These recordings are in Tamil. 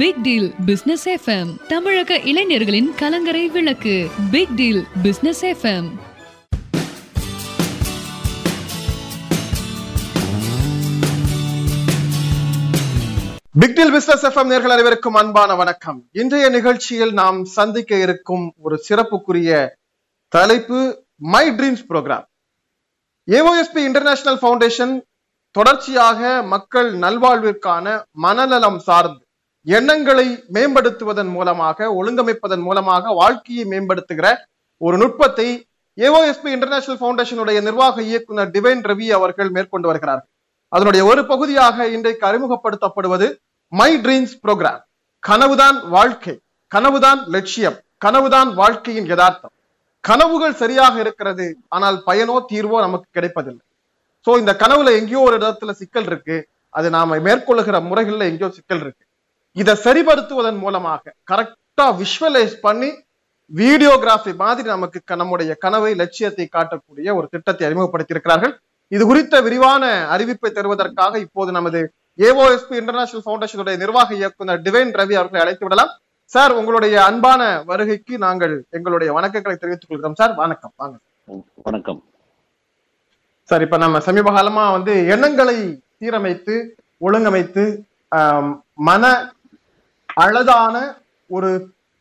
பிக் டீல் பிசினஸ் எஃப்எம் தமிழக இளைஞர்களின் கலங்கரை விளக்கு Big deal business FM Big deal business FM நேர்கள் அனைவருக்கும் அன்பான வணக்கம் இன்றைய நிகழ்ச்சியில் நாம் சந்திக்க இருக்கும் ஒரு சிறப்புக்குரிய தலைப்பு my dreams program AOSP international foundation தொடர்ச்சியாக மக்கள் நல்வாழ்விற்கான மனநலம் சார்ந்து எண்ணங்களை மேம்படுத்துவதன் மூலமாக ஒழுங்கமைப்பதன் மூலமாக வாழ்க்கையை மேம்படுத்துகிற ஒரு நுட்பத்தை ஏஓஎஸ்பி இன்டர்நேஷனல் ஃபவுண்டேஷனுடைய நிர்வாக இயக்குனர் டிவைன் ரவி அவர்கள் மேற்கொண்டு வருகிறார்கள் அதனுடைய ஒரு பகுதியாக இன்றைக்கு அறிமுகப்படுத்தப்படுவது மை ட்ரீம்ஸ் ப்ரோக்ராம் கனவுதான் வாழ்க்கை கனவுதான் லட்சியம் கனவுதான் வாழ்க்கையின் யதார்த்தம் கனவுகள் சரியாக இருக்கிறது ஆனால் பயனோ தீர்வோ நமக்கு கிடைப்பதில்லை சோ இந்த கனவுல எங்கேயோ ஒரு இடத்துல சிக்கல் இருக்கு அது நாம மேற்கொள்ளுகிற முறைகள்ல எங்கேயோ சிக்கல் இருக்கு இதை சரிபடுத்துவதன் மூலமாக கரெக்டா விஷுவலைஸ் பண்ணி வீடியோகிராஃபி மாதிரி நமக்கு க- நம்முடைய கனவை லட்சியத்தை காட்டக்கூடிய ஒரு திட்டத்தை அறிமுகப்படுத்தியிருக்கிறார்கள் இது குறித்த விரிவான அறிவிப்பை தருவதற்காக இப்போது நமது ஏஓஎஸ்பி இன்டர்நேஷனல் ஃபவுண்டேஷனுடைய நிர்வாக இயக்குனர் டிவைன் ரவி அவர்களை அழைத்து விடலாம் சார் உங்களுடைய அன்பான வருகைக்கு நாங்கள் எங்களுடைய வணக்கங்களை தெரிவித்துக் கொள்கிறோம் சார் வணக்கம் வாங்க வணக்கம் சார் இப்ப நம்ம சமீப காலமா வந்து எண்ணங்களை சீரமைத்து ஒழுங்கமைத்து ஆம், மன அழகான ஒரு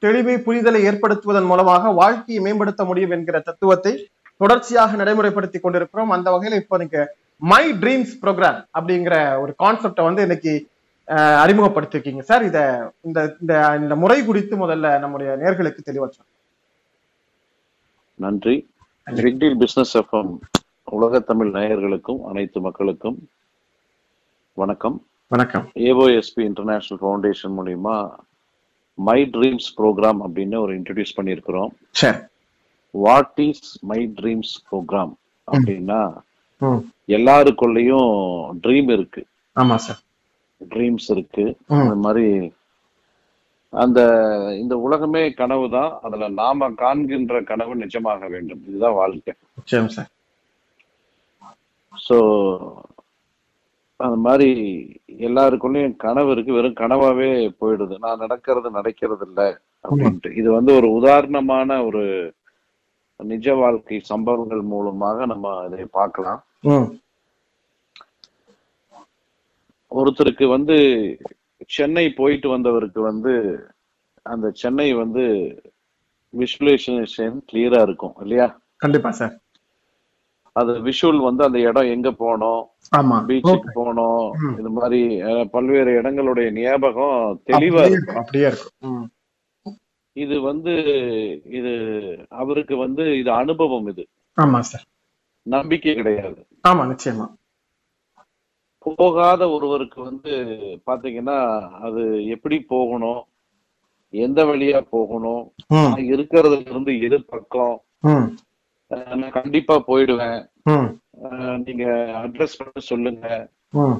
தெளிவை புரிதலை ஏற்படுத்துவதன் மூலமாக வாழ்க்கையை மேம்படுத்த முடியும் என்கிற தத்துவத்தை தொடர்ச்சியாக நடைமுறைப்படுத்தி கொண்டிருக்கிறோம் அந்த வகையில இப்போ நீங்க மை ட்ரீம்ஸ் ப்ரோக்ராம் அப்படிங்கிற ஒரு கான்செப்டை வந்து இன்னைக்கு அஹ், அறிமுகப்படுத்திருக்கீங்க சார் இத இந்த இந்த- இந்த முறை குறித்து முதல்ல நம்முடைய நேர்களுக்கு தெளிவாச்சு நன்றி பிக் டீல் பிசினஸ் எஃப்எம் உலக தமிழ் நேயர்களுக்கும் அனைத்து மக்களுக்கும் வணக்கம் வணக்கம் ஏஓஎஸ்பி இன்டர்நேஷனல் ஃபவுண்டேஷன் மூலியமா மை ட்ரீம்ஸ் ப்ரோக்ராம் அப்படின்னு ஒரு இன்ட்ரடியூஸ் பண்ணியிருக்கிறோம் sir what is my dreams program அப்படின்னா ம் எல்லாருக்குள்ளேயும் ட்ரீம் இருக்கு ஆமா சார் ட்ரீம்ஸ் இருக்கு ம். அந்த மாதிரி அந்த இந்த உலகமே கனவு தான் அதுல நாம காண்கின்ற கனவு நிஜமாக வேண்டும் இதுதான் வாழ்க்கை நிச்சயம் சார் ஸோ அந்த மாதிரி எல்லாருக்குள்ளேயும் கனவு இருக்கு வெறும் கனவாவே போயிடுது நான் நடக்கிறது நடக்கிறது இல்ல அப்படின்ட்டு இது வந்து ஒரு உதாரணமான ஒரு நிஜ வாழ்க்கை சம்பவங்கள் மூலமாக நம்ம இதை பார்க்கலாம் ம் ஒருத்தருக்கு வந்து சென்னை போயிட்டு வந்தவருக்கு வந்து அந்த சென்னை வந்து விஷுவலைசேஷன் கிளியரா இருக்கும் இல்லையா கண்டிப்பா சார் அது விஷுவல் வந்து அந்த இடம் எங்க போனோம் ஆமா பீச்சுக்கு போனோம் ம். இது மாதிரி அஹ், பல்வேறு இடங்களுடைய ஞாபகம் தெளிவா அப்படியே இருக்கும் இருக்கும், அப்படியே இருக்கும் ம். இது வந்து இது அவருக்கு வந்து இது அனுபவம் இது ஆமா சார் நம்பிக்கை கிடையாது ஆமா நிச்சயமா போகாத ஒருவருக்கு வந்து பாத்தீங்கன்னா அது எப்படி போகணும் எந்த வழியா போகணும் ம், நான் இருக்கிறதுல இருந்து எது பக்கம் ம், அஹ், நான் கண்டிப்பா போயிடுவேன் ம், அஹ், நீங்க அட்ரஸ் பண்ண சொல்லுங்க ம்,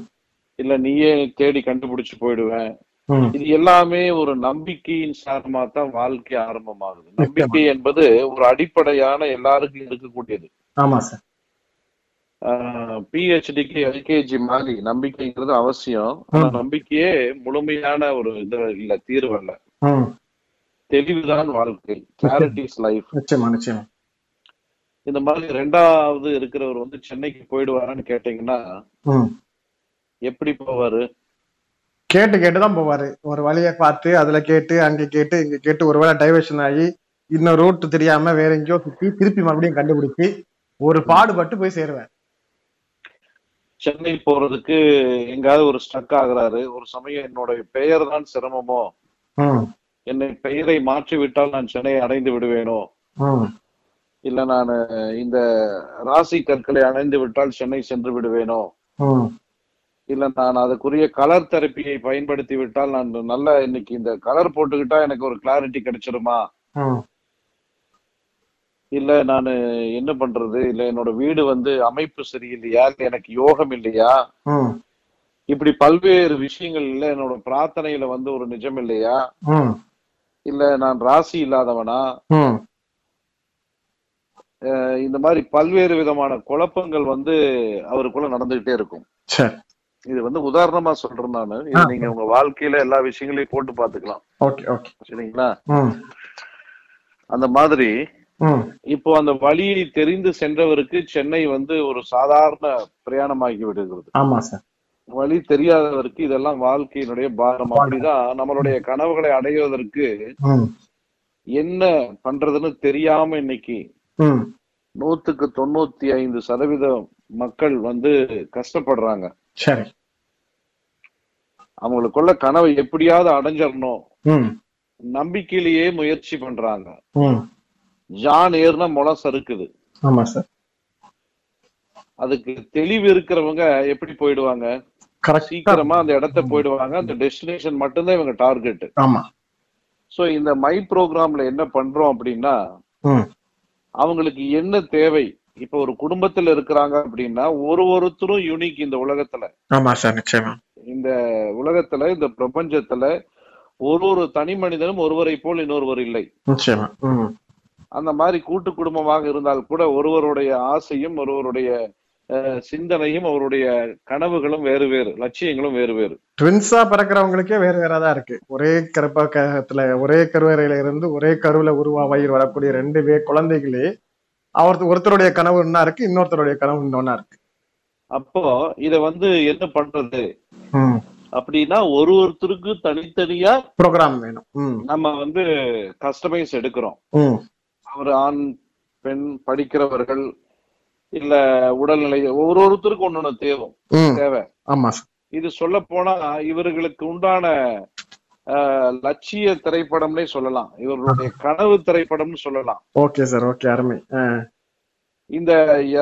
இல்ல நீயே தேடி கண்டுபிடிச்சு போயிடுவேன் ம். இது எல்லாமே ஒரு நம்பிக்கையின் சாரமா தான் வாழ்க்கை ஆரம்பமாகுது நம்பிக்கை என்பது ஒரு அடிப்படையான எல்லாருக்கும் இருக்கக்கூடியது ஆமா சார் பிஹெச்டிக்கு எல்கேஜி மாதிரி நம்பிக்கைங்கிறது அவசியம் ஆனா நம்பிக்கையே முழுமையான ஒரு இது இல்ல தீர்வு அல்ல ம், தெளிவுதான் வாழ்க்கை கிளாரிட்டி இஸ் லைஃப் நிச்சயமா நிச்சயமா இந்த மாதிரி ரெண்டாவது இருக்கிறவர் வந்து சென்னைக்கு போயிடுவாரான்னு கேட்டீங்கன்னா ம். எப்படி போவாரு கேட்டு கேட்டுதான் போவாரு ஒரு வழியை பார்த்து அதுல கேட்டு அங்க கேட்டு இங்க கேட்டு ஒருவேளை டைவர்ஷன் ஆகி இன்னும் ரூட் தெரியாம வேற எங்கேயோ சுத்தி திருப்பி மறுபடியும் கண்டுபிடிச்சு ஒரு பாடுபட்டு போய் சேருவேன் சென்னை போறதுக்கு எங்காவது ஒரு ஸ்டக் ஆகுறாரு ஒரு சமயம் என்னோட பெயர் தான் சிரமமோ ம், என்னை பெயரை மாற்றி விட்டால் நான் சென்னையை அடைந்து விடுவேனோ ம், இல்ல நான் இந்த ராசி கற்களை அடைந்து விட்டால் சென்னை சென்று விடுவேனோ ம், இல்ல நான் அதுக்குரிய கலர் தெரப்பியை பயன்படுத்தி விட்டால் நான் நல்ல இன்னைக்கு இந்த கலர் போட்டுக்கிட்டா எனக்கு ஒரு கிளாரிட்டி கிடைச்சிருமா ம், இல்ல நான் என்ன பண்றது இல்ல என்னோட வீடு வந்து அமைப்பு சரியில்லையா இல்ல எனக்கு யோகம் இல்லையா ம், இப்படி பல்வேறு விஷயங்கள்ல என்னோட பிரார்த்தனையில வந்து ஒரு நிஜம் இல்லையா ம், இல்ல நான் ராசி இல்லாதவனா ம். அஹ் இந்த மாதிரி பல்வேறு விதமான குழப்பங்கள் வந்து அவருக்குள்ள நடந்துகிட்டே இருக்கும் சரி இது வந்து உதாரணமா சொல்றேன் நானு இது ஆ. நீங்க உங்க வாழ்க்கையில எல்லா விஷயங்களையும் போட்டு பாத்துக்கலாம் ஓகே ஓகே சரிங்களா ம் அந்த மாதிரி ம் இப்போ அந்த வழியை தெரிந்து சென்றவருக்கு சென்னை வந்து ஒரு சாதாரண பிரயாணமாகி விடுகிறது ஆமா சார் வழி தெரியாதவருக்கு இதெல்லாம் வாழ்க்கையினுடைய பாரம் அப்படிதான் நம்மளுடைய கனவுகளை அடைவதற்கு ம் என்ன பண்றதுன்னு தெரியாம இன்னைக்கு ம் நூத்துக்கு தொண்ணூத்தி ஐந்து சதவீதம் மக்கள் வந்து கஷ்டப்படுறாங்க சரி அவங்களுக்குள்ள கனவை எப்படியாவது அடைஞ்சிடணும் ம் நம்பிக்கையிலேயே முயற்சி பண்றாங்க ம் ஜான் ஏறுனா முளம் சறுக்குது ஆமா சார் அதுக்கு தெளிவு இருக்கிறவங்க எப்படி போயிடுவாங்க கரெக்டா சீக்கிரமா அந்த இடத்த போயிடுவாங்க அந்த டெஸ்டினேஷன் மட்டும்தான் இவங்க டார்கெட் ஆமா சோ இந்த மை ப்ரோக்ராம்ல என்ன பண்றோம் அப்படின்னா ம் அவங்களுக்கு என்ன தேவை இப்ப ஒரு குடும்பத்துல இருக்கிறாங்க அப்படின்னா ஒரு ஒருத்தரும் யூனிக் இந்த உலகத்துல ஆமா சார் நிச்சயமா இந்த உலகத்துல இந்த பிரபஞ்சத்துல ஒரு ஒரு தனி மனிதனும் ஒருவரை போல் இன்னொருவர் இல்லை நிச்சயமா ம் அந்த மாதிரி கூட்டு குடும்பமாக இருந்தால் கூட ஒருவருடைய ஆசையும் ஒருவருடைய அஹ், சிந்தனையும் அவருடைய கனவுகளும் வேறு வேறு லட்சியங்களும் வேறு வேறு ட்வின்ஸா பிறக்கிறவங்களுக்கே வேற வேறதா இருக்கு ஒரே கருப்பகத்துல ஒரே கருவறையில இருந்து ஒரே கருவில உருவாகி வரக்கூடிய ரெண்டு வே குழந்தைகளே அவர் ஒருத்தருடைய கனவு ஒன்னா இருக்கு இன்னொருத்தருடைய கனவு இன்னொன்னா இருக்கு அப்போ இத வந்து என்ன பண்றது ம் அப்படின்னா ஒரு ஒருத்தருக்கு தனித்தனியா ப்ரோக்ராம் வேணும் ம் நம்ம வந்து கஸ்டமைஸ் எடுக்கிறோம் ம் அவர் ஆண் பெண் படிக்கிறவர்கள் இல்ல உடல்நிலை ஒரு ஒருத்தருக்கு ஒன்னொன்னு தேவை ம் தேவை ஆமா சார் இது சொல்ல போனா இவர்களுக்கு உண்டான அஹ், லட்சிய திரைப்படம்னே சொல்லலாம் இவர்களுடைய கனவு திரைப்படம்னு சொல்லலாம் ஓகே சார் ஓகே அருமை ஆ, இந்த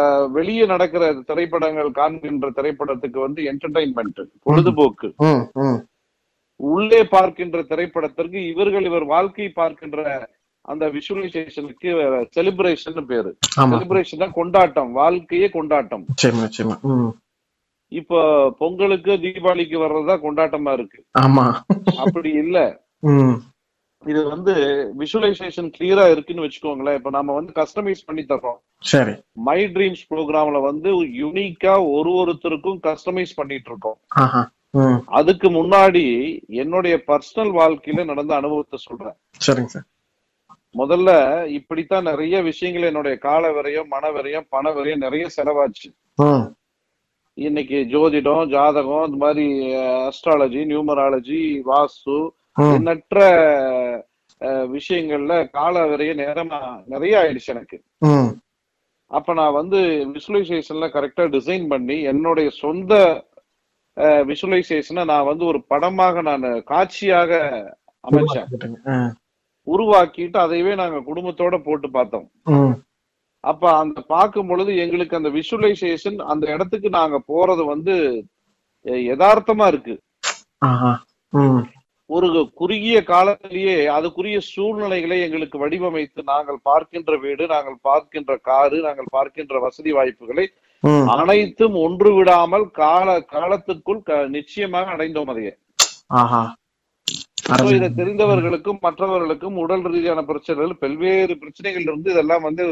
அஹ், வெளியே நடக்கிற திரைப்படங்கள் காண்கின்ற திரைப்படத்துக்கு வந்து என்டர்டைன்மெண்ட் பொழுதுபோக்கு ம் ம் உள்ளே பார்க்கின்ற திரைப்படத்திற்கு இவர்கள் இவர் வாழ்க்கை பார்க்கின்ற அந்த விஷுவலைசேஷனுக்கு செலிப்ரேஷன் பேரு ஆமா செலிப்ரேஷன் கொண்டாட்டம் வாழ்க்கையே கொண்டாட்டம் நிச்சயமா நிச்சயமா ம் இப்போ பொங்கலுக்கு தீபாவளிக்கு வர்றதுதான் கொண்டாட்டமா இருக்கு ஆமா அப்படி இல்ல ம் இது வந்து விஷுவலைசேஷன் கிளியரா இருக்குன்னு வச்சுக்கோங்களேன் இப்ப நம்ம வந்து கஸ்டமைஸ் பண்ணி தர்றோம் சரி மை ட்ரீம்ஸ் ப்ரோக்ராம்ல வந்து யூனிக்கா ஒரு ஒருத்தருக்கும் கஸ்டமைஸ் பண்ணிட்டு இருக்கோம் ஆஹா ம் அதுக்கு முன்னாடி என்னுடைய பர்சனல் வாழ்க்கையில நடந்த அனுபவத்தை சொல்றேன் சரிங்க சார் முதல்ல இப்படித்தான் நிறைய விஷயங்கள் என்னுடைய கால விரயம் மன விரயம் பண விரயம் நிறைய செலவாச்சு ம் இன்னைக்கு ஜோதிடம் ஜாதகம் இந்த மாதிரி அஸ்ட்ராலஜி நியூமராலஜி வாஸ்து ம் எண்ணற்ற அஹ், விஷயங்கள்ல கால விரைய நேரமா நிறைய ஆயிடுச்சு எனக்கு ம் அப்ப நான் வந்து விஷுவலைசேஷன்ல கரெக்டா டிசைன் பண்ணி என்னுடைய சொந்த விஷுவலைசேஷனை நான் வந்து ஒரு படமாக நான் காட்சியாக அமைச்சேன் கேட்டுங்க. ஆ, உருவாக்கிட்டு அதையவே நாங்க குடும்பத்தோட போட்டு பார்த்தோம் ம் அப்ப அந்த பார்க்கும் பொழுது எங்களுக்கு அந்த விஷுவலைசேஷன் அந்த இடத்துக்கு நாங்க போறது வந்து அஹ், யதார்த்தமா இருக்கு ஆஹா ம் ஒரு குறுகிய காலத்திலேயே அதுக்குரிய சூழ்நிலைகளை எங்களுக்கு வடிவமைத்து நாங்கள் பார்க்கின்ற வீடு நாங்கள் பார்க்கின்ற காரு நாங்கள் பார்க்கின்ற வசதி வாய்ப்புகளை ம் அனைத்தும் ஒன்று விடாமல் கால காலத்துக்குள் க- நிச்சயமாக அடைந்தோம் அதையே ஆஹா So, அருமை. இதை தெரிந்தவர்களுக்கும் மற்றவர்களுக்கும் உடல் ரீதியான பிரச்சனைகள் பல்வேறு பிரச்சனைகள் இருந்து இதெல்லாம் வந்து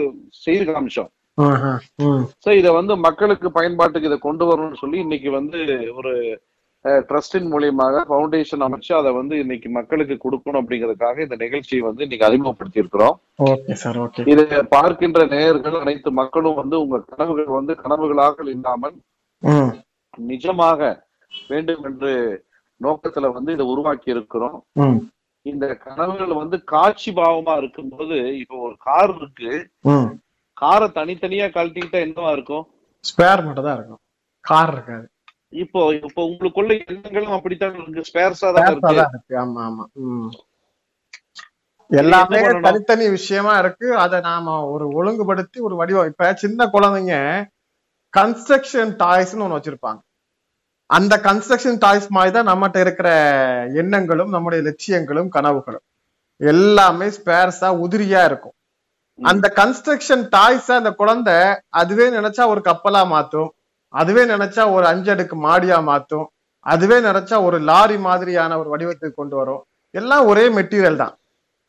செய்து காமிச்சோம் ஆஹா. ம் சோ இதை வந்து மக்களுக்கு பயன்பாட்டுக்கு இதை கொண்டு வரணும்னு சொல்லி இன்னைக்கு வந்து ஒரு ட்ரஸ்டின் மூலியமாக ஃபவுண்டேஷன் அமைச்சு அதை வந்து இன்னைக்கு மக்களுக்கு கொடுக்கணும் அப்படிங்கறதுக்காக இந்த நிகழ்ச்சியை வந்து இன்னைக்கு அறிமுகப்படுத்தி இருக்கிறோம் ஓகே சார் ஓகே இதை பார்க்கின்ற நேயர்கள் அனைத்து மக்களும் வந்து உங்க கனவுகள் வந்து கனவுகளாக இல்லாமல் ம் நிஜமாக வேண்டும் என்று நோக்கத்துல வந்து இதை உருவாக்கி இருக்கிறோம் ம் இந்த கனவுகள் வந்து காட்சி பாவமா இருக்கும்போது இப்போ ஒரு கார் இருக்கு ம் காரை தனித்தனியா கழட்டிக்கிட்டா என்னவா இருக்கும் ஸ்பேர் மட்டும் தான் இருக்கும் கார் இருக்காது இப்போ இப்போ உங்களுக்குள்ள எண்ணங்களும் அப்படித்தான் இருக்கு ஸ்பேர்ஸா தான் ஸ்பேர் இருக்கு தான் இருக்கு ஆமா ஆமா ம் எல்லாமே என்ன பண்ணணும்? தனித்தனி விஷயமா இருக்கு அதை நாம ஒரு ஒழுங்குபடுத்தி ஒரு வடிவம் இப்ப சின்ன குழந்தைங்க கன்ஸ்ட்ரக்ஷன் டாய்ஸ்னு ஒண்ணு வச்சிருப்பாங்க அந்த கன்ஸ்ட்ரக்ஷன் டாய்ஸ் மாதிரி தான் நம்மகிட்ட இருக்கிற எண்ணங்களும் நம்முடைய லட்சியங்களும் கனவுகளும் எல்லாமே ஸ்பேர்ஸா உதிரியா இருக்கும் ம். அந்த கன்ஸ்ட்ரக்ஷன் டாய்ஸ் அந்த குழந்தை அதுவே நினைச்சா ஒரு கப்பலா மாத்தும் அதுவே நினைச்சா ஒரு அஞ்சடுக்கு மாடியா மாத்தும் அதுவே நினைச்சா ஒரு லாரி மாதிரியான ஒரு வடிவத்துக்கு கொண்டு வரும் எல்லாம் ஒரே மெட்டீரியல் தான்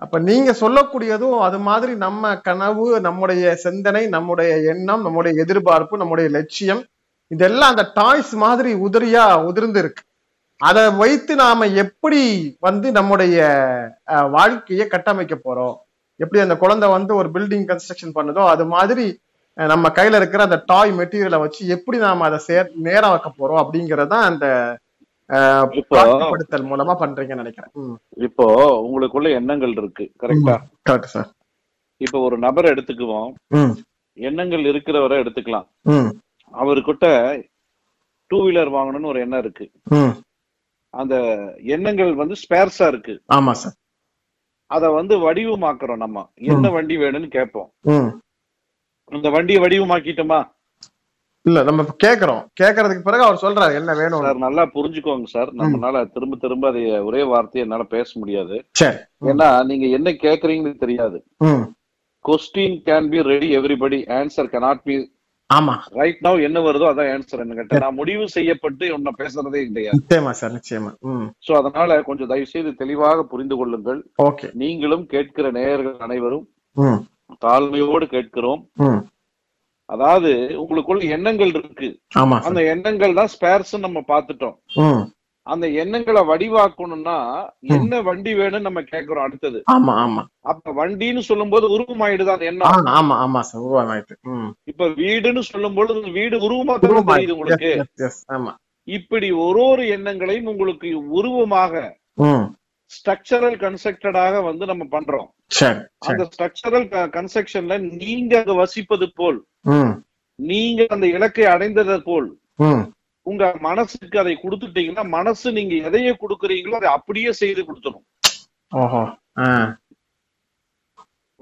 அப்ப நீங்க சொல்லக்கூடியதும் அது மாதிரி நம்ம கனவு நம்முடைய சிந்தனை நம்முடைய எண்ணம் நம்முடைய எதிர்பார்ப்பு நம்முடைய லட்சியம் இதெல்லாம் அந்த டாய்ஸ் மாதிரி உதிரியா உதிர்ந்து இருக்கு அதை வைத்து நாம எப்படி வந்து நம்முடைய அஹ், வாழ்க்கையை கட்டமைக்க போறோம் எப்படி அந்த குழந்தை வந்து ஒரு பில்டிங் கன்ஸ்ட்ரக்ஷன் பண்ணுதோ அது மாதிரி அஹ், நம்ம கையில இருக்கிற அந்த டாய் மெட்டீரியலை வச்சு எப்படி நாம அதை சே நேரம் ஆக்க போறோம் அப்படிங்கறதான் அந்த அஹ், இப்போ பாகுபடுத்தல் மூலமா பண்றீங்கன்னு நினைக்கிறேன் ம், இப்போ உங்களுக்குள்ள எண்ணங்கள் இருக்கு கரெக்டா correct sir. இப்போ ஒரு நபரை எடுத்துக்குவோம் ம், எண்ணங்கள் இருக்கிறவரை எடுத்துக்கலாம் ம், அவர்கிட்ட டூ வீலர் வாங்கணும்னு ஒரு எண்ணம் இருக்கு ம். அந்த எண்ணங்கள் வந்து ஸ்பேர்ஸா இருக்கு ஆமா சார் அத வந்து வடிவமாக்குறோம் நம்ம என்ன வண்டி வேணும்னு கேட்போம் ம் இந்த வண்டியை வடிவமாக்கிட்டோமா இல்ல நம்ம இப்ப கேக்குறோம் கேக்குறதுக்கு பிறகு அவர் சொல்றாரு என்ன வேணும் சார் நல்லா புரிஞ்சுக்கோங்க சார் நம்மளால திரும்ப திரும்ப அதை ஒரே வார்த்தையை என்னால பேச முடியாது சரி ஏன்னா நீங்க என்ன கேக்குறீங்கன்னு தெரியாது ம் question can be ready everybody answer cannot be ஆமா ரைட் now என்ன வருதோ அதான் ஆன்சர் என்ன கேட்டேன் நான் முடிவு செய்யப்பட்டு உன்னை பேசுறதே கிடையாது நிச்சயமா சார் நிச்சயமா ம் சோ அதனால கொஞ்சம் தயவு செய்து தெளிவாக புரிந்து கொள்ளுங்கள் ஓகே நீங்களும் கேட்கிற நேயர்கள் அனைவரும் ம் தாழ்மையோடு கேட்கிறோம் ம் அதாவது உங்களுக்குள்ள எண்ணங்கள் இருக்கு ஆமா சார் அந்த எண்ணங்கள் தான் ஸ்பேர்ஸ் நம்ம பார்த்துட்டோம் ம் அந்த எண்ணங்களை வடிவாக்கணும்னா ம். என்ன வண்டி வேணும்னு நம்ம கேக்குறோம் அடுத்தது ஆமா ஆமா அப்ப வண்டின்னு சொல்லும்போது உருவமாயிடுது அந்த ஆ, எண்ணம் ஆமா ஆமா சார் உருவாயிட்டு ம் இப்ப வீடுன்னு சொல்லும்போது அந்த வீடு உருவமா தானே தெரியுது உருவமாயிட்டு உங்களுக்கு Yes, yes, yes. ஆமா இப்படி ஒரு ஒரு எண்ணங்களையும் உங்களுக்கு உருவமாக ம் ஸ்ட்ரக்சரல் கன்ஸ்ட்ரக்டடாக வந்து நம்ம பண்றோம் சரி அந்த சரி ஸ்ட்ரக்சரல் கன்ஸ்ட்ரக்ஷன்ல நீங்க அங்க வசிப்பது போல் ம் நீங்க அந்த இலக்கை அடைந்ததை போல் ம் உங்க மனசுக்கு அதை கொடுத்துட்டீங்கன்னா மனசு நீங்க எதைய கொடுக்குறீங்களோ அதை அப்படியே செய்து கொடுத்துரும் ஓஹோ ஆ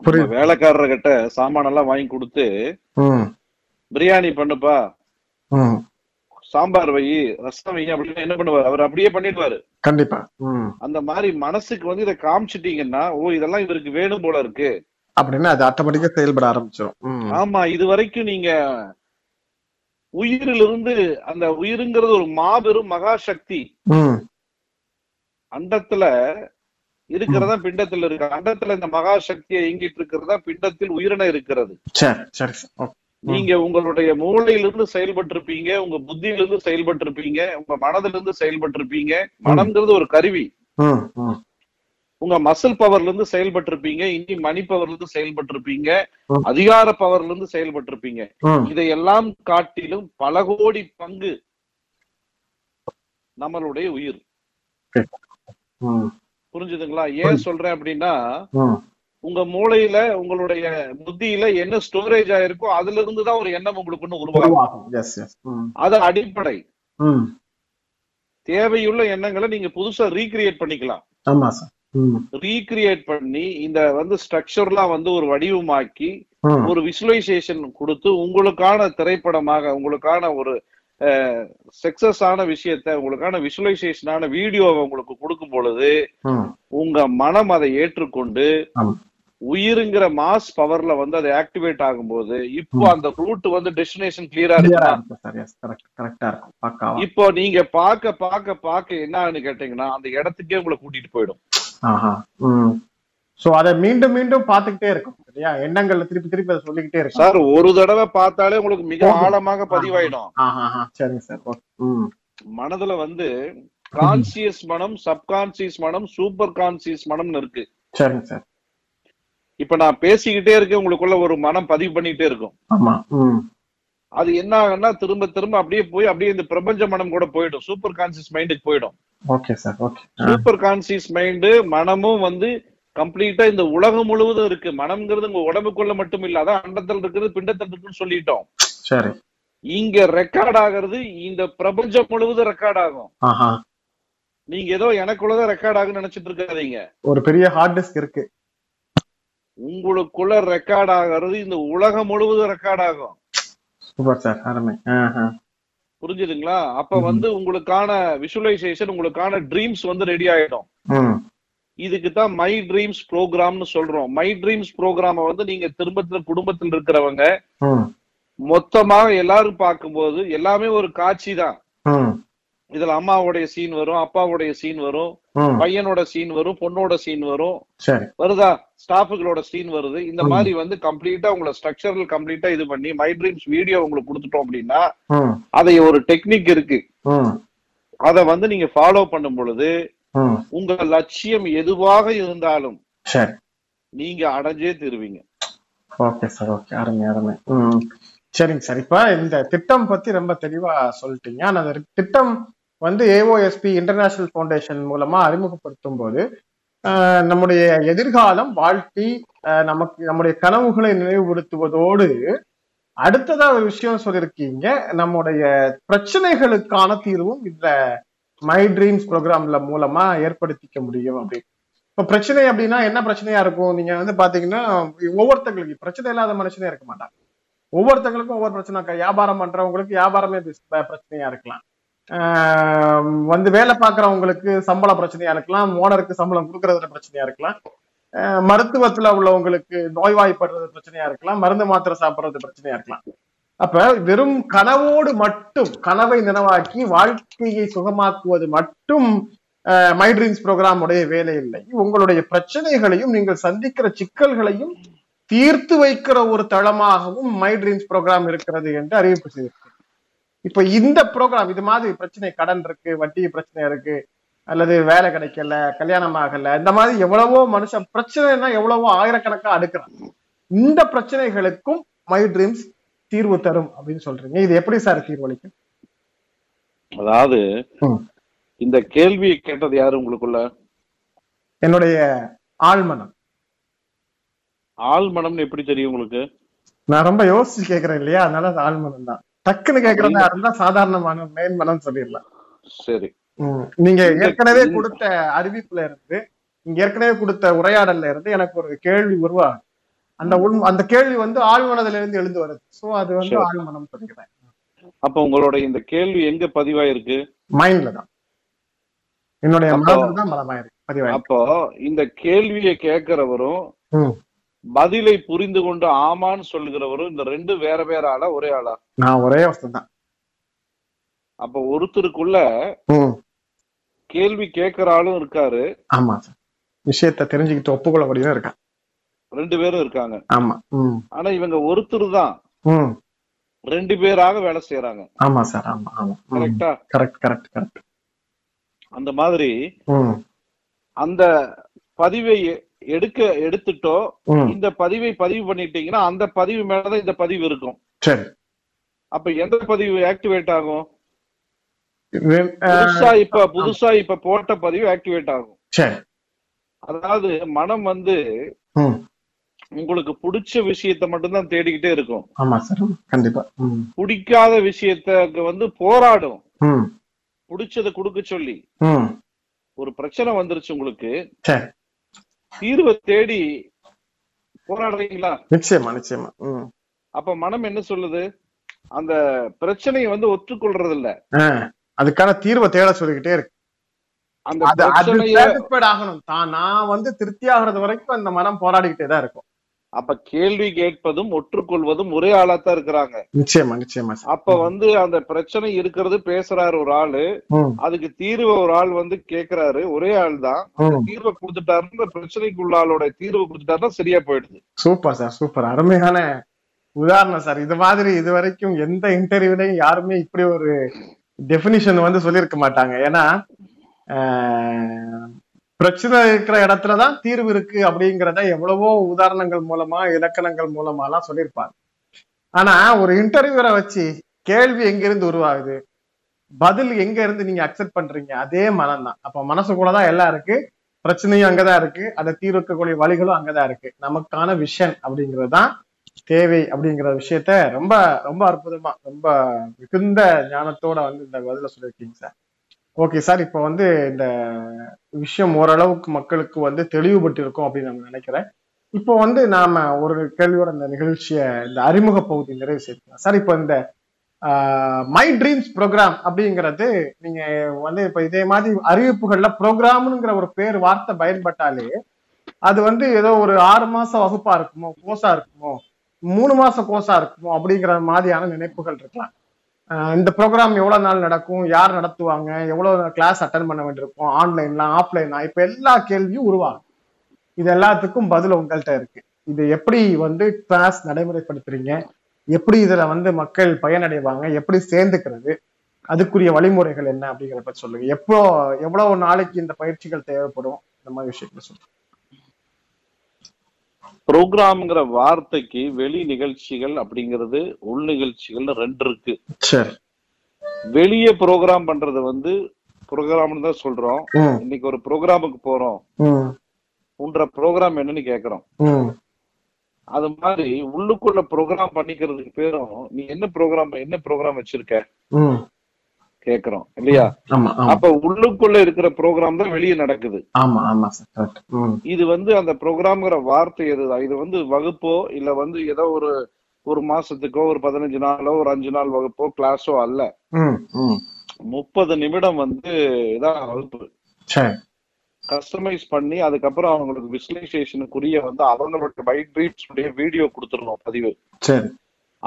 புரியுது. நம்ம வேலைக்காரர்கிட்ட சாமான் எல்லாம் வாங்கி கொடுத்து ம் பிரியாணி பண்ணுப்பா ம் சாம்பார் வை ரசம் வை அப்படின்னு என்ன பண்ணுவாரு அவர் அப்படியே பண்ணிடுவாரு கண்டிப்பா ம் அந்த மாதிரி மனசுக்கு வந்து இதை காமிச்சிட்டீங்கன்னா ஓ இதெல்லாம் இவருக்கு வேணும் போல இருக்கு அப்படின்னா அது ஆட்டோமேட்டிக்கா செயல்பட ஆரம்பிச்சிடும் ம் ஆமா இது வரைக்கும் நீங்க உயிரிலிருந்து அந்த உயிருங்கிறது ஒரு மாபெரும் மகா சக்தி ம் அண்டத்துல இருக்கிறதா பிண்டத்துல இருக்கு அண்டத்துல இந்த மகா சக்தியை இயங்கிட்டு இருக்கிறதா பிண்டத்தில் உயிரின இருக்கிறது சரி சரி சார் ஓகே ம். நீங்க உங்களுடைய மூளையிலிருந்து செயல்பட்டு இருப்பீங்க உங்க புத்தியிலிருந்து செயல்பட்டு இருப்பீங்க உங்க மனதிலிருந்து செயல்பட்டு இருப்பீங்க மனம்ங்கிறது ஒரு கருவி ம் ம் உங்க மசில் பவர்ல இருந்து செயல்பட்டு இருப்பீங்க இனி மணி பவர்ல இருந்து செயல்பட்டு இருப்பீங்க ம். அதிகார பவர்ல இருந்து செயல்பட்டு இருப்பீங்க ம் இதையெல்லாம் காட்டிலும் பல கோடி பங்கு நம்மளுடைய உயிர் ம் புரிஞ்சுதுங்களா ஏன் சொல்றேன் அப்படின்னா ம் உங்க மூளையில உங்களுடைய புத்தியில என்ன ஸ்டோரேஜ் ஆயிருக்கோ அதுல இருந்து தான் ஒரு எண்ணம் உங்களுக்கு ஒண்ணு உருவாகும் உருவாகும் எஸ் எஸ் ம் அது அடிப்படை ம் தேவையுள்ள எண்ணங்களை நீங்க புதுசா ரீக்ரியேட் பண்ணிக்கலாம் ஆமா சார் ம் ரீக்ரியேட் பண்ணி இந்த வந்து ஸ்ட்ரக்சர்லாம் வந்து ஒரு வடிவமாக்கி ம் ஒரு விஷுவலைசேஷன் கொடுத்து உங்களுக்கான திரைப்படமாக உங்களுக்கான ஒரு சக்சஸ் ஆன விஷயத்த உங்களுக்கான விஷுவலைசேஷனான வீடியோவை உங்களுக்கு கொடுக்கும் பொழுது ம் உங்க மனம் அதை ஏற்றுக்கொண்டு ஆமா. உயிருங்கிற மாஸ் பவர்ல வந்து அது ஆக்டிவேட் ஆகும்போது இப்போ அந்த ரூட் வந்து டெஸ்டினேஷன் கிளியரா Clear ஆ இருக்குன்னா இருக்கும் sir. Yes, correct. correct ஆ இருக்கும். பக்காவா. இப்போ நீங்க பார்க்க பார்க்க பார்க்க என்னன்னு கேட்டீங்கன்னா அந்த இடத்துக்கே உங்களை கூட்டிட்டு போயிடும் ஆஹா. ம். So, அதை மீண்டும் மீண்டும் பார்த்துக்கிட்டே இருக்கும் சரியா எண்ணங்கள்ல திருப்பி திருப்பி அதை சொல்லிக்கிட்டே இருக்கும் சார் ஒரு தடவை பார்த்தாலே உங்களுக்கு மிக போகும். ஆழமாக பதிவாயிடும் ஆஹா, ஆஹா. சரிங்க சார் ஓகே. ம். மனதுல வந்து கான்சியஸ் மனம் சப்கான்சியஸ் மனம் சூப்பர் கான்சியஸ் மனம்னு இருக்கு சரிங்க சார் இப்ப நான் பேசிக்கிட்டே இருக்கேன் உங்களுக்குள்ள ஒரு மனம் பதிவு பண்ணிக்கிட்டே இருக்கும் ஆமா ம். அது என்ன ஆகும்னா திரும்ப திரும்ப அப்படியே போய் அப்படியே இந்த பிரபஞ்ச மனம் கூட போயிடும் சூப்பர் கான்சியஸ் மைண்டுக்கு போயிடும் ஓகே சார் ஓகே ஆ. சூப்பர் கான்சியஸ் மைண்டு மனமும் வந்து கம்ப்ளீட்டா இந்த உலகம் முழுவதும் இருக்கு மனம்ங்கிறது உங்க உடம்புக்குள்ள மட்டும் இல்ல அதான் அண்டத்தில் இருக்குது பிண்டத்தில் இருக்குன்னு சொல்லிட்டோம் சரி இங்க ரெக்கார்ட் ஆகிறது இந்த பிரபஞ்சம் முழுவதும் ரெக்கார்ட் ஆகும் ஆஹா நீங்க ஏதோ எனக்குள்ளதான் ரெக்கார்ட் ஆகுன்னு நினைச்சிட்டு இருக்காதீங்க ஒரு பெரிய ஹார்ட் டிஸ்க் இருக்கு உங்களுக்குள்ள ரெக்கார்ட் ஆகிறது இந்த உலகம் முழுவதும் ரெக்கார்ட் ஆகும் சூப்பர் சார் அருமை ஆஹா. புரிஞ்சுதுங்களா அப்ப வந்து உங்களுக்கான விஷுவலைசேஷன் உங்களுக்கான ட்ரீம்ஸ் வந்து ரெடி ஆயிடும் ம். இதுக்கு தான் மை ட்ரீம்ஸ் ப்ரோக்ராம்னு சொல்றோம் மை ட்ரீம்ஸ் ப்ரோக்ராம வந்து நீங்க திரும்பத்துல குடும்பத்தில் இருக்கிறவங்க ம். மொத்தமாக எல்லாரும் பார்க்கும்போது எல்லாமே ஒரு காட்சி தான் ம். இதுல அம்மாவுடைய சீன் வரும் அப்பாவுடைய சீன் வரும் ம், பையனோட சீன் வரும் பொண்ணோட சீன் வரும் சரி வருதா ஸ்டாஃபுகளோட சீன் வருது இந்த ம். மாதிரி வந்து கம்ப்ளீட்டா உங்களை ஸ்ட்ரக்சரல் கம்ப்ளீட்டா இது பண்ணி மை ட்ரீம்ஸ் வீடியோ உங்களுக்கு கொடுத்துட்டோம் அப்படின்னா ம், அதை ஒரு டெக்னிக் இருக்கு ம், அதை வந்து நீங்க ஃபாலோ பண்ணும் பொழுது ம், உங்க லட்சியம் எதுவாக இருந்தாலும் சரி நீங்க அடைஞ்சே தருவீங்க ஓகே சார் ஓகே அருமை அருமை ம் சரிங்க சார் இப்ப இந்த திட்டம் பத்தி ரொம்ப தெளிவா சொல்லிட்டீங்க ஆனா அந்த திட்டம் வந்து ஏஓஎஸ்பி இன்டர்நேஷனல் ஃபவுண்டேஷன் மூலமா அறிமுகப்படுத்தும் போது ஆஹ், நம்முடைய எதிர்காலம் வாழ்த்தி ஆஹ், நமக்கு நம்முடைய கனவுகளை நினைவுபடுத்துவதோடு அடுத்ததா ஒரு விஷயம் சொல்லியிருக்கீங்க நம்முடைய பிரச்சனைகளுக்கான தீர்வும் இந்த மை ட்ரீம்ஸ் ப்ரோக்ராம்ல மூலமா ஏற்படுத்திக்க முடியும் அப்படின்னு இப்போ பிரச்சனை அப்படின்னா என்ன பிரச்சனையா இருக்கும் நீங்க வந்து பாத்தீங்கன்னா ஒவ்வொருத்தங்களுக்கு பிரச்சனை இல்லாத மனுஷனே இருக்க மாட்டாங்க ஒவ்வொருத்தங்களுக்கும் ஒவ்வொரு பிரச்சனை இருக்கும். வியாபாரம் பண்றவங்களுக்கு வியாபாரமே பிஸ்- ப- பிரச்சனையா இருக்கலாம் ஆஹ் வந்து வேலை பார்க்கறவங்களுக்கு சம்பள பிரச்சனையா இருக்கலாம் ஓனருக்கு சம்பளம் கொடுக்கறதுல பிரச்சனையா இருக்கலாம் ஆஹ் மருத்துவத்துல உள்ளவங்களுக்கு நோய்வாய்ப்படுறது பிரச்சனையா இருக்கலாம் மருந்து மாத்திரை சாப்பிடுறது பிரச்சனையா இருக்கலாம் அப்ப வெறும் கனவோடு மட்டும் கனவை நினைவாக்கி வாழ்க்கையை சுகமாக்குவது மட்டும் மை ட்ரீம்ஸ் ப்ரோக்ராம் உடைய வேலை இல்லை உங்களுடைய பிரச்சனைகளையும் நீங்கள் சந்திக்கிற சிக்கல்களையும் தீர்த்து வைக்கிற ஒரு தளமாகவும் மை ட்ரீம்ஸ் ப்ரோக்ராம் இருக்கிறது என்று அறிவிப்பு செய்திருக்கு இப்ப இந்த ப்ரோக்ராம் இது மாதிரி பிரச்சனை கடன் இருக்கு வட்டி பிரச்சனை இருக்கு அல்லது வேலை கிடைக்கல கல்யாணம் ஆகல இந்த மாதிரி எவ்வளவோ மனுஷன் பிரச்சனைனா எவ்வளவோ ஆயிரக்கணக்கா அடுக்கிறான் இந்த பிரச்சனைகளுக்கும் மை ட்ரீம்ஸ் தீர்வு தரும் அப்படின்னு சொல்றீங்க இது எப்படி சார் தீர்வளிக்கும் அதாவது ம். இந்த கேள்வியை கேட்டது யாரு உங்களுக்குள்ள என்னுடைய ஆழ்மனம் ஆழ்மனம்னு எப்படி தெரியும் உங்களுக்கு நான் ரொம்ப யோசிச்சு கேக்குறேன் இல்லையா அதனால அது ஆழ்மனம் தான் டக்குன்னு கேக்குறதா இருந்தா சாதாரணமான மேன் மனம் சொல்லிடலாம் சரி ம். நீங்க இந்த- ஏற்கனவே கொடுத்த அறிவிப்புல இருந்து நீங்க ஏற்கனவே கொடுத்த உரையாடல்ல இருந்து எனக்கு ஒரு கேள்வி உருவாகுது அந்த உள் அந்த கேள்வி வந்து ஆழ்மனதுல இருந்து எழுந்து வருது சோ அது வந்து Sure. ஆழ்மனம் சொல்லிக்கிறேன் அப்ப உங்களோட இந்த கேள்வி எங்க பதிவாயிருக்கு மைண்ட்ல தான் என்னுடைய அப்போ- மனதில் தான் மனமாயிருக்கு பதிவாயிருக்கு அப்போ இந்த கேள்வியை கேட்கிறவரும் ம். பதிலை புரிந்து கொண்டு ஆமான்னு சொல்லுகிறவரும் இந்த ரெண்டு வேற வேற ஆளா ஒரே ஆளா நான் ஒரே அவஸ்தான் தான் அப்ப ஒருத்தருக்குள்ள ம். கேள்வி கேட்கிற ஆளும் இருக்காரு ஆமா சார் விஷயத்த தெரிஞ்சுக்கிட்டு ஒப்புக்கொள்ளக்கூடியதான் இருக்கான் ரெண்டு பேரும் இருக்காங்க ஆமா ம் ஆனா இவங்க ஒருத்தர் தான் ம் ரெண்டு பேராக வேலை செய்யறாங்க ஆமா சார் ஆமா ஆமா கரெக்டா கரெக்ட் கரெக்ட் கரெக்ட் அந்த மாதிரி ம் அந்த பதிவை எ- எடுக்க எடுத்துட்டோ ம் இந்த பதிவை பதிவு பண்ணிட்டீங்கன்னா அந்த பதிவு மேலதான் இந்த பதிவு இருக்கும் சரி அப்ப எந்த பதிவு ஆக்டிவேட் ஆகும் வே- அஹ், புதுசா இப்ப புதுசா இப்ப போட்ட பதிவு ஆக்டிவேட் ஆகும் சரி அதாவது மனம் வந்து ம் உங்களுக்கு பிடிச்ச விஷயத்த மட்டும்தான் தேடிக்கிட்டே இருக்கும் ஆமா சார் கண்டிப்பா ம் பிடிக்காத விஷயத்துக்கு வந்து போராடும் ம் பிடிச்சதை கொடுக்க சொல்லி ம் ஒரு பிரச்சனை வந்துருச்சு உங்களுக்கு சரி தீர்வை தேடி போராடுறீங்களா நிச்சயமா நிச்சயமா ம் அப்ப மனம் என்ன சொல்லுது அந்த பிரச்சனையை வந்து ஒற்றுக்கொள்றது இல்ல ஆ, அதுக்கான தீர்வை தேட சொல்லிக்கிட்டே இருக்கு அந்த அது அது பிரச்சனைய சாட்டிஸ்ஃபைட் ஆகணும் தான் நான் வந்து திருப்தி ஆகுறது வரைக்கும் அந்த மனம் போராடிக்கிட்டே தான் இருக்கும் அப்ப கேள்வி கேட்பதும் ஒற்றுக்கொள்வதும் ஒரே ஆளாத்தான் இருக்கிறாங்க நிச்சயமா நிச்சயமா சார் அப்ப வந்து அந்த பிரச்சனை இருக்கிறது பேசுறாரு ஒரு ஆளு ம் அதுக்கு தீர்வை ஒரு ஆள் வந்து கேக்குறாரு ஒரே ஆள் தான் ம் தீர்வை கொடுத்துட்டாருன்னு பிரச்சனைக்குள்ள ஆளோட தீர்வை கொடுத்துட்டாருன்னா சரியா போயிடுது சூப்பர் சார் சூப்பர் அருமையான உதாரணம் சார் இது மாதிரி இது வரைக்கும் எந்த இன்டர்வியூலையும் யாருமே இப்படி ஒரு டெஃபினிஷன் வந்து சொல்லியிருக்க மாட்டாங்க ஏன்னா ஆஹ், பிரச்சனை இருக்கிற இடத்துல தான் தீர்வு இருக்கு அப்படிங்கிறத எவ்வளவோ உதாரணங்கள் மூலமா இலக்கணங்கள் மூலமா எல்லாம் சொல்லியிருப்பாங்க ஆனா ஒரு இன்டர்வியூரை வச்சு கேள்வி எங்கிருந்து உருவாகுது பதில் எங்க இருந்து நீங்க அக்செப்ட் பண்றீங்க அதே மனம்தான் அப்ப மனசுக்குள்ள தான் எல்லாம் இருக்கு பிரச்சனையும் அங்கதான் இருக்கு அதை தீர்க்கக்கூடிய வழிகளும் அங்கதான் இருக்கு நமக்கான விஷன் அப்படிங்கிறது தான் தேவை அப்படிங்கிற விஷயத்த ரொம்ப ரொம்ப அற்புதமா ரொம்ப மிகுந்த ஞானத்தோட வந்து இந்த பதில சொல்லியிருக்கீங்க சார் ஓகே சார் இப்போ வந்து இந்த விஷயம் ஓரளவுக்கு மக்களுக்கு வந்து தெளிவுபட்டு இருக்கும் அப்படின்னு நம்ம நினைக்கிறேன் இப்போ வந்து நாம ஒரு கேள்வியோட இந்த நிகழ்ச்சியை இந்த அறிமுக பகுதி நிறைவு செய்யலாம் சார் இப்போ இந்த மை ட்ரீம்ஸ் ப்ரோக்ராம் அப்படிங்கிறது நீங்க வந்து இப்ப இதே மாதிரி அறிவிப்புகள்ல ப்ரோக்ராம்ங்கிற ஒரு பேர் வார்த்தை பயன்பட்டாலே அது வந்து ஏதோ ஒரு ஆறு மாச வகுப்பா இருக்குமோ கோர்ஸா இருக்குமோ மூணு மாச கோர்ஸா இருக்குமோ அப்படிங்கிற மாதிரியான நினைப்புகள் இருக்கலாம் அஹ் இந்த ப்ரோக்ராம் எவ்வளவு நாள் நடக்கும் யார் நடத்துவாங்க எவ்வளவு கிளாஸ் அட்டன் பண்ண வேண்டியிருக்கும் ஆன்லைனா ஆஃப்லைனா இப்ப எல்லா கேள்வியும் உருவாகும் இது எல்லாத்துக்கும் பதில் உங்கள்கிட்ட இருக்கு இது எப்படி வந்து கிளாஸ் நடைமுறைப்படுத்துறீங்க எப்படி இதுல வந்து மக்கள் பயனடைவாங்க எப்படி சேர்ந்துக்கிறது அதுக்குரிய வழிமுறைகள் என்ன அப்படிங்கிறத பத்தி சொல்லுங்க எப்போ எவ்வளவு நாளைக்கு இந்த பயிற்சிகள் தேவைப்படும் இந்த மாதிரி விஷயங்கள் சொல்லுங்க ப்ரோக்ராம்ங்கிற வார்த்தைக்கு வெளி நிகழ்ச்சிகள் அப்படிங்கிறது உள் நிகழ்ச்சிகள்னு ரெண்டு இருக்கு சரி வெளியே ப்ரோக்ராம் பண்றது வந்து ப்ரோக்ராம்னு தான் சொல்றோம் ம், இன்னைக்கு ஒரு ப்ரோக்ராமுக்கு போறோம் ம், உன்ற ப்ரோக்ராம் என்னன்னு கேக்குறோம் ம், அது மாதிரி உள்ளுக்குள்ள ப்ரோக்ராம் பண்ணிக்கிறதுக்கு பேரும் நீ என்ன ப்ரோக்ராம் என்ன ப்ரோக்ராம் வச்சிருக்க ம். கேக்குறோம் இல்லையா ஆமா ஆமா அப்ப உள்ளுக்குள்ள இருக்கிற ப்ரோக்ராம் தான் வெளியே நடக்குது ஆமா ஆமா சார் correct. ம், இது வந்து அந்த ப்ரோக்ராம்ங்கிற வார்த்தை எதுதான் இது வந்து வகுப்போ இல்ல வந்து ஏதோ ஒரு ஒரு மாசத்துக்கோ ஒரு பதினஞ்சு நாளோ ஒரு அஞ்சு நாள் வகுப்போ கிளாஸோ அல்ல ம், ம். முப்பது நிமிடம் வந்து இதான் வகுப்பு சரி கஸ்டமைஸ் பண்ணி அதுக்கப்புறம் அவங்களுக்கு விசுவலைசேஷனுக்குரிய வந்து அவங்களோட மைண்ட் ரீட்ஸ் உடைய வீடியோ கொடுத்துருவோம் பதிவு சரி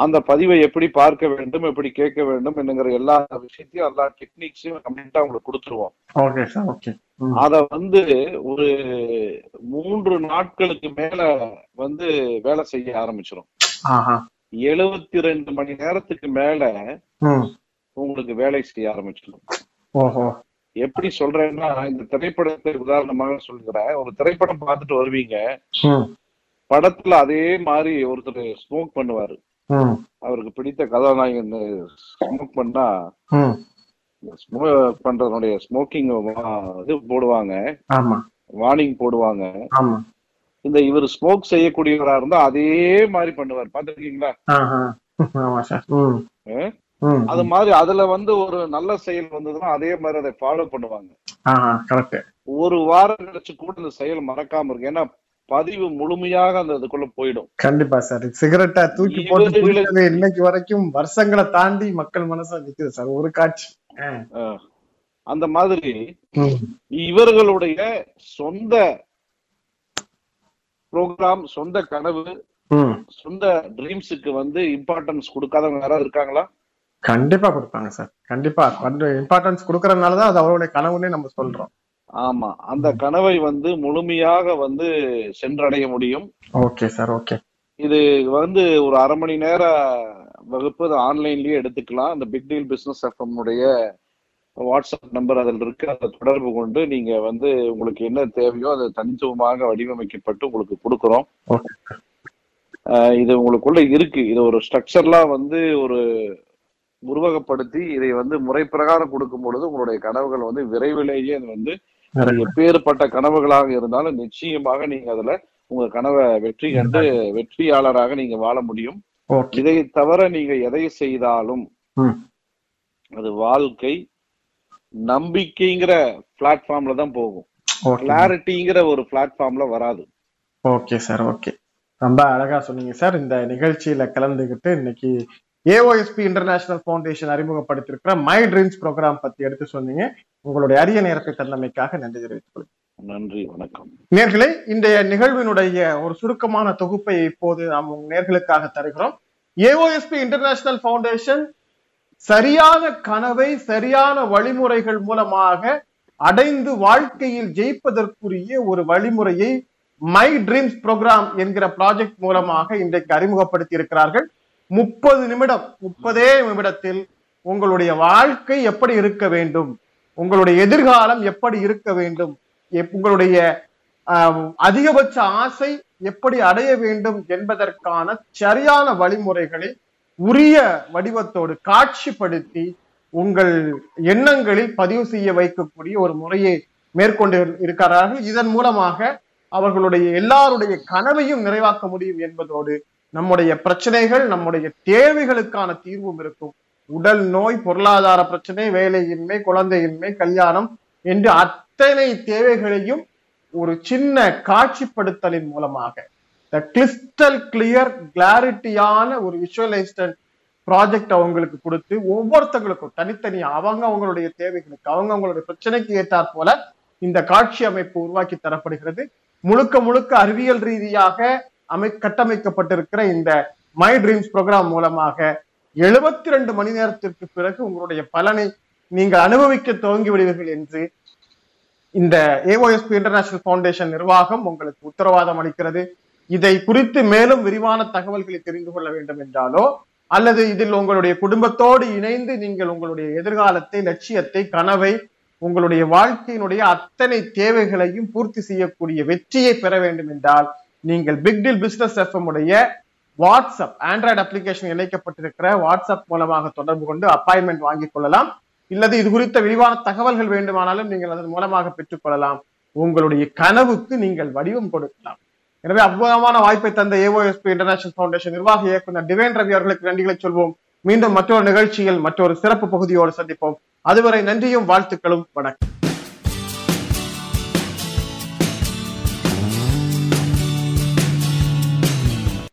அந்த பதிவை எப்படி பார்க்க வேண்டும் எப்படி கேட்க வேண்டும் என்னங்கிற எல்லா விஷயத்தையும் எல்லா டெக்னிக்ஸையும் கம்ப்ளீட்டா அவங்களுக்கு கொடுத்துருவோம் ஓகே சார் ஓகே ம். அத வந்து ஒரு மூன்று நாட்களுக்கு மேல வந்து வேலை செய்ய ஆரம்பிச்சிடும் ஆஹா எழுபத்தி ரெண்டு மணி நேரத்துக்கு மேல ம். உங்களுக்கு வேலை செய்ய ஆரம்பிச்சிடும் ஓஹோ எப்படி சொல்றேன்னா இந்த திரைப்படத்தை உதாரணமாக சொல்கிறேன் ஒரு திரைப்படம் பார்த்துட்டு வருவீங்க ம், படத்துல அதே மாதிரி ஒருத்தர் ஸ்மோக் பண்ணுவாரு ம், அவருக்கு பிடித்த கதாநாயகன் ஸ்மோக் பண்ணா ம். ஸ்மோக் பண்றதுனுடைய ஸ்மோக்கிங் இது போடுவாங்க ஆமா வார்னிங் போடுவாங்க ஆமா இந்த இவர் ஸ்மோக் செய்யக்கூடியவரா இருந்தா அதே மாதிரி பண்ணுவார் பாத்துருக்கீங்களா ஆஹா ஆமா சார் ம், அஹ்? ம். அது மாதிரி அதுல வந்து ஒரு நல்ல செயல் வந்ததுன்னா அதே மாதிரி அதை ஃபாலோ பண்ணுவாங்க ஆஹா கரெக்ட் ஒரு வாரம் கழிச்சு கூட இந்த செயல் மறக்காம இருக்கு ஏன்னா பதிவு முழுமையாக அந்த இதுக்குள்ள போயிடும் கண்டிப்பா சார் சிகரெட்டா தூக்கி போட்டு இவரு- குடிச்சது இன்னைக்கு வரைக்கும் வருஷங்களை தாண்டி மக்கள் மனசுல நிக்குது சார் ஒரு காட்சி ஆ. அஹ். அந்த மாதிரி ம், இவர்களுடைய சொந்த ப்ரோக்ராம் சொந்த கனவு ம். சொந்த ட்ரீம்ஸுக்கு வந்து இம்பார்ட்டன்ஸ் கொடுக்காதவங்க யாராவது இருக்காங்களா கண்டிப்பா கொடுப்பாங்க சார் கண்டிப்பா இம்பார்ட்டன்ஸ் கொடுக்கறதுனாலதான் அது அவருடைய கனவுன்னே நம்ம சொல்றோம் ஆமா அந்த கனவை வந்து முழுமையாக வந்து சென்றடைய முடியும் ஓகே சார் ஓகே இது வந்து ஒரு அரை மணி நேர வகுப்பு ஆன்லைன்லயே எடுத்துக்கலாம் அந்த பிக் டீல் பிசினஸ் எஃப்எம் உடைய வாட்ஸ்அப் நம்பர் அதில் இருக்கு அதை தொடர்பு கொண்டு நீங்க வந்து உங்களுக்கு என்ன தேவையோ அதை தனித்துவமாக வடிவமைக்கப்பட்டு உங்களுக்கு கொடுக்குறோம் ஓகே அஹ் இது உங்களுக்குள்ள இருக்கு இது ஒரு ஸ்ட்ரக்சர்லாம் வந்து ஒரு உருவகப்படுத்தி இதை வந்து முறை பிரகாரம் கொடுக்கும் பொழுது உங்களுடைய கனவுகள் வந்து விரைவிலேயே அது வந்து எப்பேற்பட்ட கனவுகளாக இருந்தாலும் நிச்சயமாக நீங்க அதுல உங்க கனவை வெற்றி கண்டு வெற்றியாளராக நீங்க வாழ முடியும் ஓகே இதை தவிர நீங்க எதை செய்தாலும் ம். அது வாழ்க்கை நம்பிக்கைங்கிற பிளாட்ஃபார்ம்ல தான் போகும் ஓகே கிளாரிட்டிங்கிற ஒரு பிளாட்ஃபார்ம்ல வராது ஓகே சார் ஓகே ரொம்ப அழகா சொன்னீங்க சார் இந்த நிகழ்ச்சியில கலந்துகிட்டு இன்னைக்கு ஏஓஎஸ்பி இன்டர்நேஷனல் ஃபவுண்டேஷன் அறிமுகப்படுத்தியிருக்கிற மை ட்ரீம்ஸ் ப்ரோக்ராம் பத்தி எடுத்து சொன்னீங்க உங்களுடைய அரிய நேரத்தை தந்தமைக்காக நன்றி தெரிவித்துக் கொள்கிறேன். நன்றி வணக்கம் நேர்களே இன்றைய நிகழ்வினுடைய ஒரு சுருக்கமான தொகுப்பை இப்போது நாம் உங்க நேர்களுக்காக தருகிறோம் ஏஓஎஸ்பி இன்டர்நேஷனல் ஃபவுண்டேஷன் சரியான கனவை சரியான வழிமுறைகள் மூலமாக அடைந்து வாழ்க்கையில் ஜெயிப்பதற்குரிய ஒரு வழிமுறையை மை ட்ரீம்ஸ் ப்ரோக்ராம் என்கிற ப்ராஜெக்ட் மூலமாக இன்றைக்கு அறிமுகப்படுத்தி இருக்கிறார்கள் முப்பது நிமிடம் முப்பதே நிமிடத்தில் உங்களுடைய வாழ்க்கை எப்படி இருக்க வேண்டும் உங்களுடைய எதிர்காலம் எப்படி இருக்க வேண்டும் எப்- உங்களுடைய ஆஹ், அதிகபட்ச ஆசை எப்படி அடைய வேண்டும் என்பதற்கான சரியான வழிமுறைகளை உரிய வடிவத்தோடு காட்சிப்படுத்தி உங்கள் எண்ணங்களில் பதிவு செய்ய வைக்கக்கூடிய ஒரு முறையை மேற்கொண்டு இருக்கிறார்கள் இதன் மூலமாக அவர்களுடைய எல்லாருடைய கனவையும் நிறைவாக்க முடியும் என்பதோடு நம்முடைய பிரச்சனைகள் நம்முடைய தேவைகளுக்கான தீர்வும் இருக்கும் உடல் நோய் பொருளாதார பிரச்சனை வேலையின்மை குழந்தையின்மை கல்யாணம் என்று அத்தனை தேவைகளையும் ஒரு சின்ன காட்சிப்படுத்தலின் மூலமாக இந்த கிறிஸ்டல் கிளியர் கிளாரிட்டியான ஒரு விஷுவலைஸ்டன் ப்ராஜெக்ட் அவங்களுக்கு கொடுத்து ஒவ்வொருத்தங்களுக்கும் தனித்தனி அவங்க அவங்களுடைய தேவைகளுக்கு அவங்க அவங்களுடைய பிரச்சனைக்கு ஏற்றாற் போல இந்த காட்சி அமைப்பு உருவாக்கி தரப்படுகிறது முழுக்க முழுக்க அறிவியல் ரீதியாக அமை கட்டமைக்கப்பட்டிருக்கிற இந்த மை ட்ரீம்ஸ் ப்ரோக்ராம் மூலமாக 72 ரெண்டு மணி நேரத்திற்கு பிறகு உங்களுடைய பலனை நீங்கள் அனுபவிக்க துவங்கி விடுவீர்கள் என்று இந்த ஏஓஎஸ்பி இன்டர்நேஷனல் ஃபவுண்டேஷன் நிர்வாகம் உங்களுக்கு உத்தரவாதம் அளிக்கிறது இதை குறித்து மேலும் விரிவான தகவல்களை தெரிந்து கொள்ள வேண்டும் என்றாலோ அல்லது இதில் உங்களுடைய குடும்பத்தோடு இணைந்து நீங்கள் உங்களுடைய எதிர்காலத்தை லட்சியத்தை கனவை உங்களுடைய வாழ்க்கையினுடைய அத்தனை தேவைகளையும் பூர்த்தி செய்யக்கூடிய வெற்றியை பெற வேண்டும் என்றால் நீங்கள் பிக் டீல் பிசினஸ் எஃப்எம் உடைய வாட்ஸ்அப் ஆண்ட்ராய்டு அப்ளிகேஷன் இணைக்கப்பட்டிருக்கிற வாட்ஸ்அப் மூலமாக தொடர்பு கொண்டு அப்பாயின்மெண்ட் வாங்கிக் கொள்ளலாம் இல்லது இது குறித்த விரிவான தகவல்கள் வேண்டுமானாலும் நீங்கள் அதன் மூலமாக பெற்றுக்கொள்ளலாம் உங்களுடைய கனவுக்கு நீங்கள் வடிவம் கொடுக்கலாம் எனவே அற்புதமான வாய்ப்பை தந்த ஏஓஎஸ்பி இன்டர்நேஷனல் ஃபவுண்டேஷன் நிர்வாக இயக்குனர் டிவேன் ரவி அவர்களுக்கு நன்றிகளை சொல்வோம் மீண்டும் மற்றொரு நிகழ்ச்சியில் மற்றொரு சிறப்பு பகுதியோடு சந்திப்போம் அதுவரை நன்றியும் வாழ்த்துக்களும் வணக்கம்